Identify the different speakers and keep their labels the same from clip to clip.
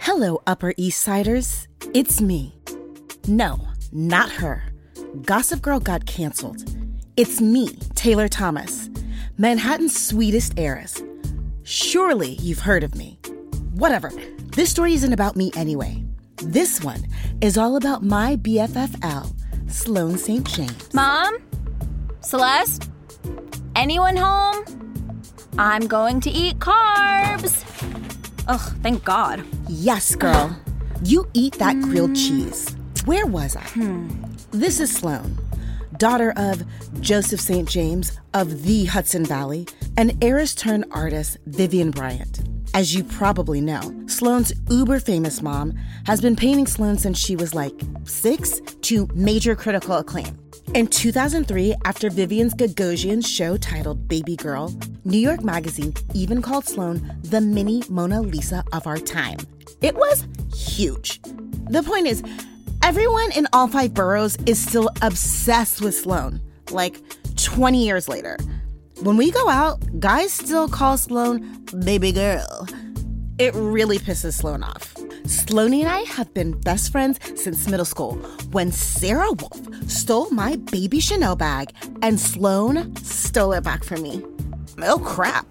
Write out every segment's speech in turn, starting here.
Speaker 1: Hello, Upper East Siders. It's me. No, not her. Gossip Girl got canceled. It's me, Taylor Thomas, Manhattan's sweetest heiress. Surely you've heard of me. Whatever. This story isn't about me anyway. This one is all about my BFFL, Sloane St. James.
Speaker 2: Mom? Celeste? Anyone home? I'm going to eat carbs. Ugh, thank God.
Speaker 1: Yes, girl. You eat that grilled cheese. Where was I? This is Sloane, daughter of Joseph St. James of the Hudson Valley and heiress turned artist Vivian Bryant. As you probably know, Sloane's uber famous mom has been painting Sloane since she was like six to major critical acclaim. In 2003, after Vivian's Gagosian show titled Baby Girl, New York Magazine even called Sloane the mini Mona Lisa of our time. It was huge. The point is, everyone in all five boroughs is still obsessed with Sloane, like 20 years later. When we go out, guys still call Sloane baby girl. It really pisses Sloane off. Sloane and I have been best friends since middle school when Sarah Wolf stole my baby Chanel bag and Sloane stole it back from me. Oh crap.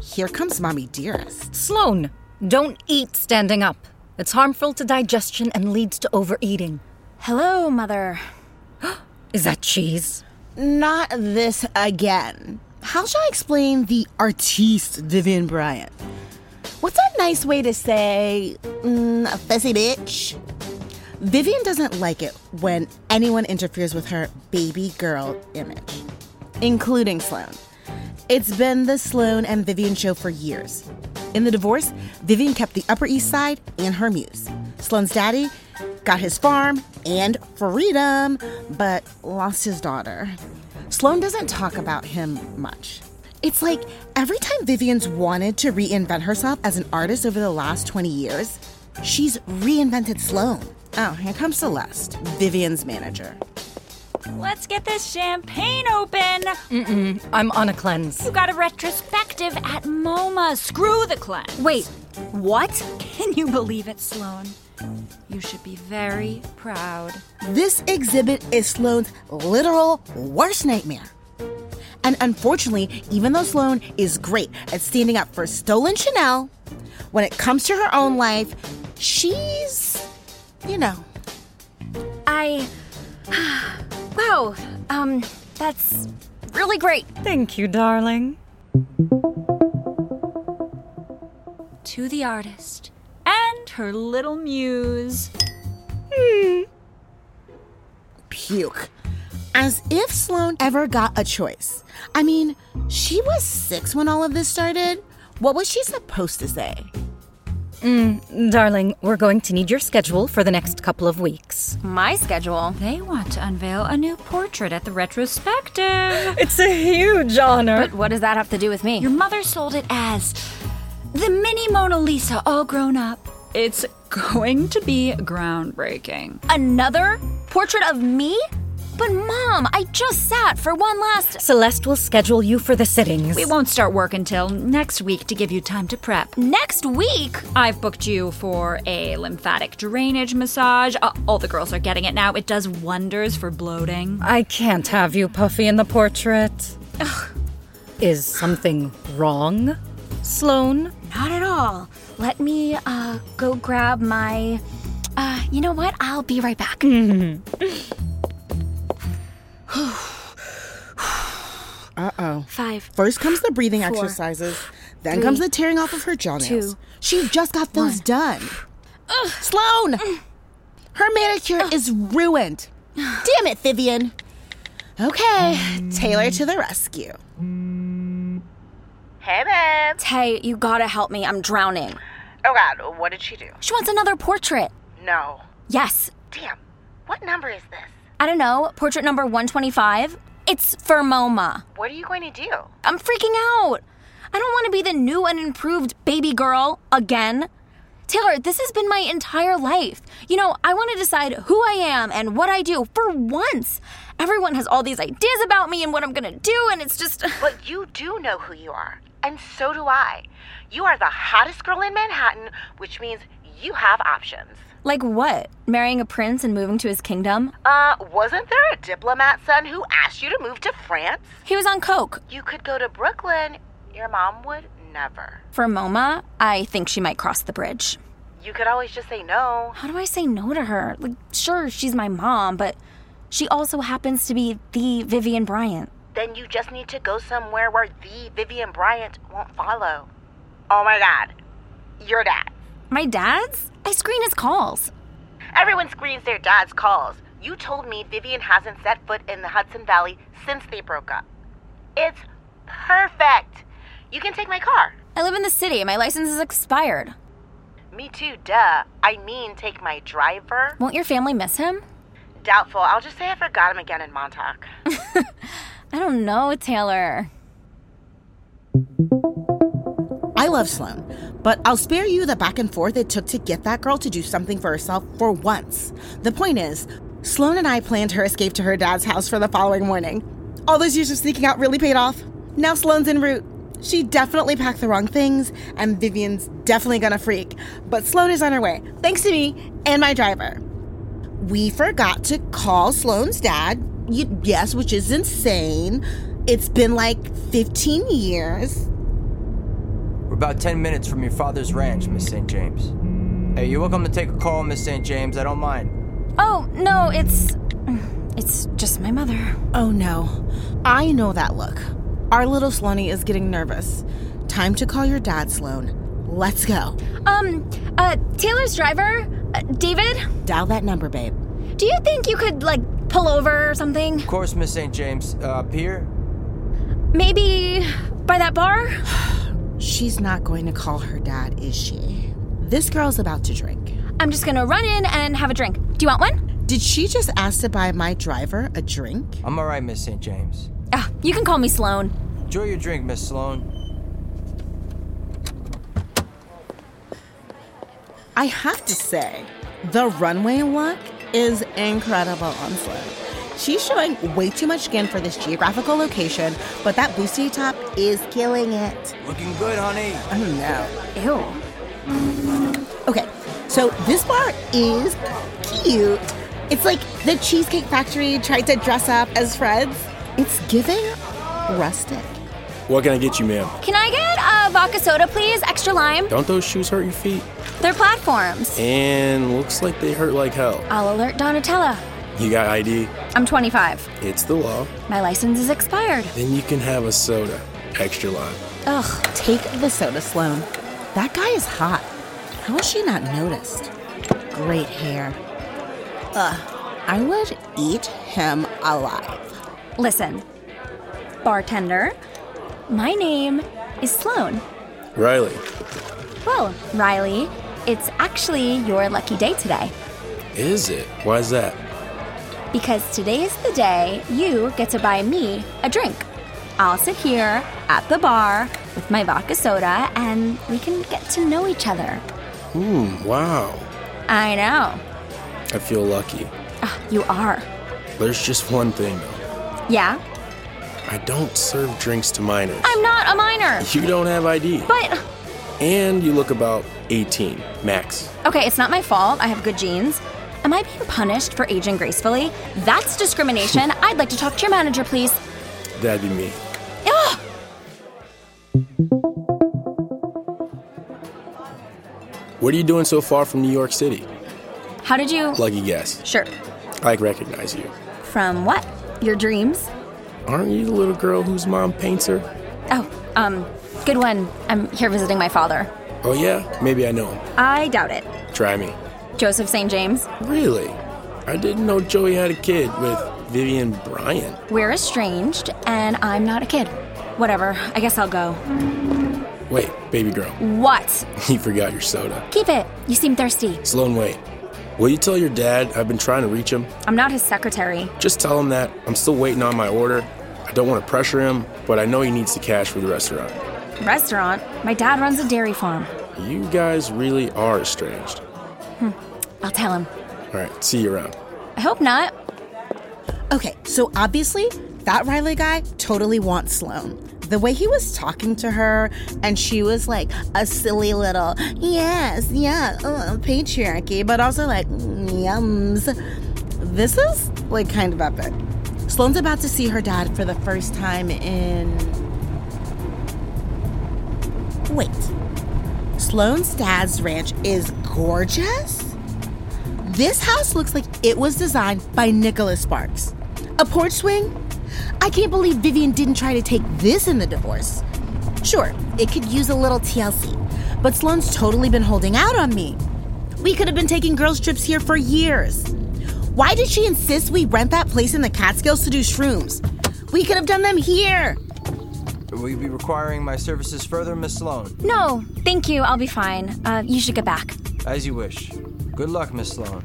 Speaker 1: Here comes Mommy Dearest.
Speaker 3: Sloan, don't eat standing up. It's harmful to digestion and leads to overeating.
Speaker 2: Hello, Mother.
Speaker 3: Is that cheese?
Speaker 1: Not this again. How shall I explain the artiste Vivian Bryant? What's a nice way to say mm, a fussy bitch? Vivian doesn't like it when anyone interferes with her baby girl image, including Sloane. It's been the Sloane and Vivian show for years. In the divorce, Vivian kept the Upper East Side and her muse. Sloane's daddy got his farm and freedom, but lost his daughter. Sloane doesn't talk about him much. It's like every time Vivian's wanted to reinvent herself as an artist over the last 20 years, she's reinvented Sloane. Oh, here comes Celeste, Vivian's manager.
Speaker 2: Let's get this champagne open.
Speaker 3: I'm on a cleanse.
Speaker 2: You got a retrospective at MoMA. Screw the cleanse.
Speaker 3: Wait,
Speaker 2: what? Can you believe it, Sloan? You should be very proud.
Speaker 1: This exhibit is Sloane's literal worst nightmare. And unfortunately, even though Sloane is great at standing up for stolen Chanel, when it comes to her own life, she's, you know,
Speaker 2: I. Wow. Um, that's really great.
Speaker 3: thank you, darling.
Speaker 2: To the artist and her little muse.
Speaker 1: puke. As if Sloane ever got a choice. I mean, she was six when all of this started. What was she supposed to say?
Speaker 3: Darling, we're going to need your schedule for the next couple of weeks.
Speaker 2: My schedule. They want to unveil a new portrait at the retrospective.
Speaker 3: It's a huge honor.
Speaker 2: but what does that have to do with me? Your mother sold it as the mini Mona Lisa all grown up. It's going to be groundbreaking. Another portrait of me? But mom, I just sat for one last.
Speaker 3: Celeste will schedule you for the sittings.
Speaker 2: We won't start work until next week to give you time to prep. Next week? I've booked you for a lymphatic drainage massage. Uh, all the girls are getting it now. It does wonders for bloating.
Speaker 3: I can't have you puffy in the portrait. Is something wrong, Sloan?
Speaker 2: Not at all. Let me uh, go grab my. Uh, you know what? I'll be right back.
Speaker 1: Uh oh.
Speaker 2: Five.
Speaker 1: First comes the breathing
Speaker 2: Four.
Speaker 1: exercises, then
Speaker 2: Three.
Speaker 1: comes the tearing off of her jawnails.
Speaker 2: Two.
Speaker 1: She just got those done. Sloane! Her manicure is ruined. Damn it, Vivian. Okay, Taylor to the rescue.
Speaker 4: Hey, babe.
Speaker 2: Tay, you gotta help me. I'm drowning.
Speaker 4: Oh, God. What did she do?
Speaker 2: She wants another portrait.
Speaker 4: No.
Speaker 2: Yes.
Speaker 4: Damn. What number is this?
Speaker 2: I don't know. Portrait number 125. It's for MoMA.
Speaker 4: What are you going to do?
Speaker 2: I'm freaking out. I don't want to be the new and improved baby girl again. Taylor, this has been my entire life. You know, I want to decide who I am and what I do for once. Everyone has all these ideas about me and what I'm going to do, and it's just.
Speaker 4: But you do know who you are, and so do I. You are the hottest girl in Manhattan, which means you have options.
Speaker 2: Like what? Marrying a prince and moving to his kingdom?
Speaker 4: Uh, wasn't there a diplomat son who asked you to move to France?
Speaker 2: He was on Coke.
Speaker 4: You could go to Brooklyn. Your mom would never.
Speaker 2: For MoMA, I think she might cross the bridge.
Speaker 4: You could always just say no.
Speaker 2: How do I say no to her? Like, sure, she's my mom, but she also happens to be the Vivian Bryant.
Speaker 4: Then you just need to go somewhere where the Vivian Bryant won't follow. Oh my god. Your dad.
Speaker 2: My dad's? I screen his calls.
Speaker 4: Everyone screens their dad's calls. You told me Vivian hasn't set foot in the Hudson Valley since they broke up. It's perfect. You can take my car.
Speaker 2: I live in the city. My license is expired.
Speaker 4: Me too, duh. I mean, take my driver.
Speaker 2: Won't your family miss him?
Speaker 4: Doubtful. I'll just say I forgot him again in Montauk.
Speaker 2: I don't know, Taylor.
Speaker 1: I love Sloan, but I'll spare you the back and forth it took to get that girl to do something for herself for once. The point is, Sloan and I planned her escape to her dad's house for the following morning. All those years of sneaking out really paid off. Now Sloan's en route. She definitely packed the wrong things, and Vivian's definitely gonna freak. But Sloan is on her way, thanks to me and my driver. We forgot to call Sloan's dad. Y- yes, which is insane. It's been like 15 years.
Speaker 5: We're about 10 minutes from your father's ranch, Miss St. James. Hey, you're welcome to take a call, Miss St. James. I don't mind.
Speaker 2: Oh, no, it's. It's just my mother.
Speaker 1: Oh no, I know that look. Our little Sloane is getting nervous. Time to call your dad, Sloane. Let's go.
Speaker 2: Um, uh, Taylor's driver, uh, David,
Speaker 1: Dial that number, babe.
Speaker 2: do you think you could, like, pull over or something?
Speaker 5: Of course, Miss St. James. Uh, up here?
Speaker 2: Maybe by that bar?
Speaker 1: She's not going to call her dad, is she? This girl's about to drink.
Speaker 2: I'm just gonna run in and have a drink. Do you want one?
Speaker 1: Did she just ask to buy my driver a drink?
Speaker 5: I'm alright, Miss St. James.
Speaker 2: Ah, you can call me Sloan.
Speaker 5: Enjoy your drink, Miss Sloan.
Speaker 1: I have to say, the runway look is incredible on Sloane. She's showing way too much skin for this geographical location, but that bustier top is killing it.
Speaker 5: Looking good, honey.
Speaker 1: Oh no.
Speaker 2: Ew.
Speaker 1: Okay, so this bar is cute. It's like the Cheesecake Factory tried to dress up as Fred's. It's giving rustic.
Speaker 6: What can I get you, ma'am?
Speaker 2: Can I get a vodka soda, please? Extra lime?
Speaker 6: Don't those shoes hurt your feet?
Speaker 2: They're platforms.
Speaker 6: And looks like they hurt like hell.
Speaker 2: I'll alert Donatella.
Speaker 6: You got ID?
Speaker 2: I'm 25.
Speaker 6: It's the law.
Speaker 2: My license is expired.
Speaker 6: Then you can have a soda. Extra lime.
Speaker 2: Ugh.
Speaker 1: Take the soda, Sloan. That guy is hot. How has she not noticed? Great hair. Ugh, I would eat him alive.
Speaker 2: Listen, bartender, my name is Sloan.
Speaker 6: Riley,
Speaker 2: Well, Riley, it's actually your lucky day today
Speaker 6: is it? Why is that?
Speaker 2: because today is the day you get to buy me a drink. I'll sit here at the bar with my vodka soda and we can get to know each other.
Speaker 6: Hmm, wow.
Speaker 2: I know.
Speaker 6: I feel lucky.
Speaker 2: Ah, you are.
Speaker 6: There's just one thing, though.
Speaker 2: Yeah?
Speaker 6: I don't serve drinks to minors.
Speaker 2: I'm not a minor.
Speaker 6: You don't have ID.
Speaker 2: But,
Speaker 6: And you look about 18, max.
Speaker 2: okay, it's not my fault. I have good genes. Am I being punished for aging gracefully? That's discrimination. I'd like to talk to your manager, please. Ah,
Speaker 6: That'd be me.
Speaker 2: Ugh.
Speaker 6: What are you doing so far from New York City?
Speaker 2: How did you?
Speaker 6: Lucky guess.
Speaker 2: Sure.
Speaker 6: I recognize you.
Speaker 2: From what? Your dreams?
Speaker 6: Aren't you the little girl whose mom paints her?
Speaker 2: Oh, um, good one. I'm here visiting my father.
Speaker 6: Oh, yeah? Maybe I know him.
Speaker 2: I doubt it.
Speaker 6: Try me.
Speaker 2: Joseph St. James,
Speaker 6: Really? I didn't know Joey had a kid with Vivian Bryant.
Speaker 2: we're estranged, and I'm not a kid. Whatever. I guess I'll go.
Speaker 6: Wait, baby girl,
Speaker 2: What?
Speaker 6: you forgot your soda.
Speaker 2: Keep it. You seem thirsty.
Speaker 6: Sloan, wait. Will you tell your dad I've been trying to reach him?
Speaker 2: I'm not his secretary.
Speaker 6: Just tell him that I'm still waiting on my order. I don't want to pressure him, but I know he needs the cash for the restaurant.
Speaker 2: Restaurant? My dad runs a dairy farm.
Speaker 6: You guys really are estranged.
Speaker 2: I'll tell him.
Speaker 6: All right, see you around.
Speaker 2: I hope not.
Speaker 1: Okay, so obviously, that Riley guy totally wants Sloan. The way he was talking to her, and she was like a silly little, yes, yeah, uh, patriarchy, but also like, mm, yums. This is like kind of epic. Sloan's about to see her dad for the first time in. Wait. Sloan's dad's ranch is gorgeous? This house looks like it was designed by Nicholas Sparks. A porch swing? I can't believe Vivian didn't try to take this in the divorce. Sure, it could use a little TLC, but Sloan's totally been holding out on me. We could have been taking girls' trips here for years. Why did she insist we rent that place in the Catskills to do shrooms? We could have done them here.
Speaker 5: Will you be requiring my services further, Miss Sloan?
Speaker 2: No, thank you. I'll be fine. Uh, you should get back.
Speaker 5: As you wish. Good luck, Miss Sloan.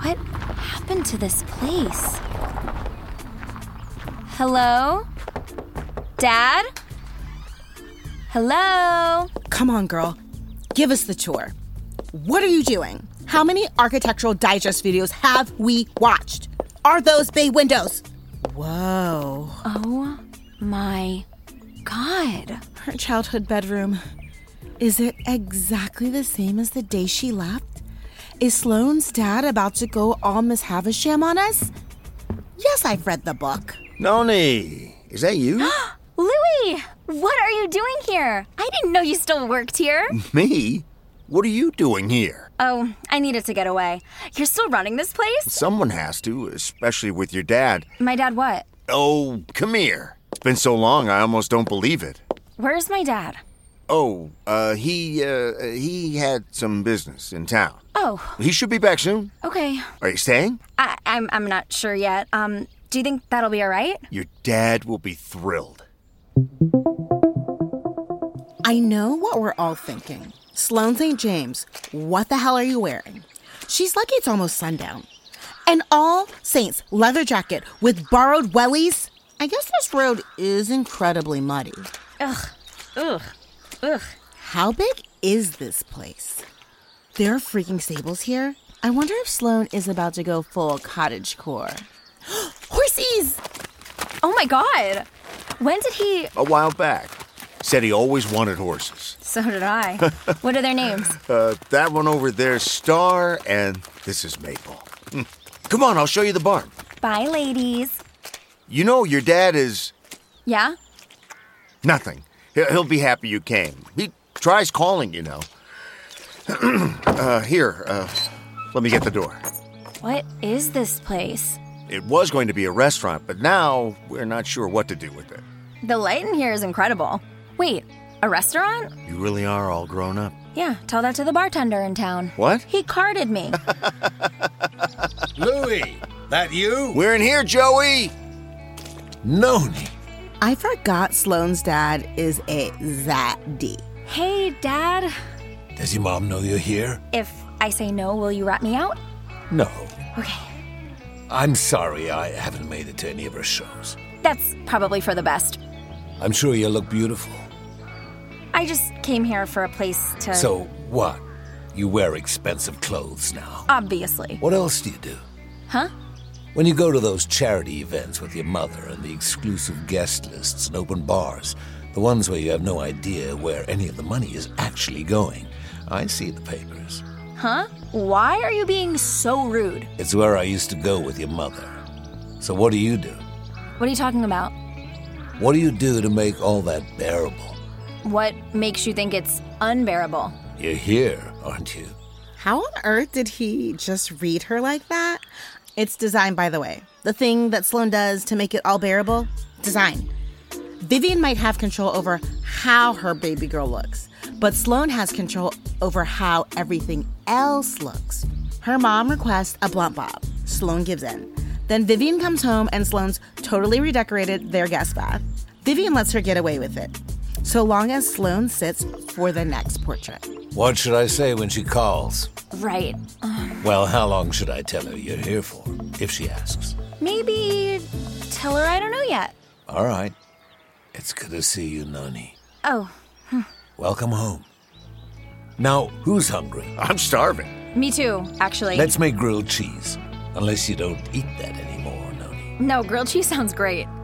Speaker 2: What happened to this place? Hello? Dad? Hello?
Speaker 1: Come on, girl. Give us the tour. What are you doing? How many Architectural Digest videos have we watched? Are those bay windows? Whoa.
Speaker 2: Oh my god.
Speaker 1: Her childhood bedroom. Is it exactly the same as the day she left? Is Sloane's dad about to go all Miss Havisham on us? Yes, I've read the book.
Speaker 7: Noni, is that you?
Speaker 2: Louie, what are you doing here? I didn't know you still worked here.
Speaker 7: Mm. Me? What are you doing here?
Speaker 2: oh, I needed to get away. You're still running this place?
Speaker 7: Someone has to, especially with your dad.
Speaker 2: My dad, what?
Speaker 7: Oh, come here. It's been so long, I almost don't believe it.
Speaker 2: Where's my dad?
Speaker 7: Oh, uh, he, uh, he had some business in town.
Speaker 2: Oh,
Speaker 7: He should be back soon.
Speaker 2: okay.
Speaker 7: Are you staying?
Speaker 2: I, I'm, I'm not sure yet. Um, do you think that'll be all right?
Speaker 7: Your dad will be thrilled.
Speaker 1: I know what we're all thinking. Sloane St. James, what the hell are you wearing? She's lucky it's almost sundown. An All Saints leather jacket with borrowed wellies. I guess this road is incredibly muddy.
Speaker 2: Ugh. Ugh.
Speaker 1: How big is this place? There are freaking stables here. I wonder if Sloane is about to go full cottage core. Horses!
Speaker 2: Oh my god. When did he?
Speaker 7: A while back. Said he always wanted horses.
Speaker 2: So did I. what are their names?
Speaker 7: Uh, that one over there's Star, and this is Maple. Hmm. Come on, I'll show you the barn.
Speaker 2: Bye, ladies.
Speaker 7: You know, your dad is
Speaker 2: Yeah?
Speaker 7: nothing. He- He'll be happy you came. He tries calling, you know. uh, here, uh, let me get the door.
Speaker 2: What is this place?
Speaker 7: It was going to be a restaurant, but now we're not sure what to do with it.
Speaker 2: The light in here is incredible. Wait, a restaurant?
Speaker 7: You really are all grown up.
Speaker 2: Yeah, tell that to the bartender in town.
Speaker 7: What?
Speaker 2: He carded me.
Speaker 8: Louie, that you?
Speaker 7: We're in here, Joey!
Speaker 8: Noni.
Speaker 1: I forgot Sloane's dad is a zaddy.
Speaker 2: hey, Dad.
Speaker 8: Does your mom know you're here?
Speaker 2: If I say no, will you rat me out?
Speaker 8: No.
Speaker 2: Okay.
Speaker 8: I'm sorry I haven't made it to any of her shows.
Speaker 2: That's probably for the best.
Speaker 8: I'm sure you look beautiful.
Speaker 2: I just came here for a place to.
Speaker 8: So, what? You wear expensive clothes now.
Speaker 2: Obviously.
Speaker 8: What else do you do?
Speaker 2: Huh?
Speaker 8: When you go to those charity events with your mother and the exclusive guest lists and open bars, the ones where you have no idea where any of the money is actually going, I see the papers.
Speaker 2: Huh? Why are you being so rude?
Speaker 8: It's where I used to go with your mother. So, what do you do?
Speaker 2: What are you talking about?
Speaker 8: What do you do to make all that bearable?
Speaker 2: What makes you think it's unbearable?
Speaker 8: You're here, aren't you?
Speaker 1: How on earth did he just read her like that? It's design, by the way. The thing that Sloane does to make it all bearable design. Vivian might have control over how her baby girl looks, but Sloane has control over how everything else looks. Her mom requests a blunt bob. Sloane gives in.
Speaker 3: Then Vivian comes home and Sloane's totally redecorated their guest bath. Vivian lets her get away with it, so long as Sloane sits for the next portrait.
Speaker 5: What should I say when she calls?
Speaker 2: Right.
Speaker 5: Well, how long should I tell her you're here for, if she asks?
Speaker 2: Maybe tell her I don't know yet.
Speaker 5: All right. It's good to see you, Noni.
Speaker 2: Oh,
Speaker 5: Welcome home. Now, who's hungry?
Speaker 7: I'm starving.
Speaker 2: me too, actually.
Speaker 5: Let's make grilled cheese. Unless you don't eat that anymore, Noni.
Speaker 2: No, grilled cheese sounds great.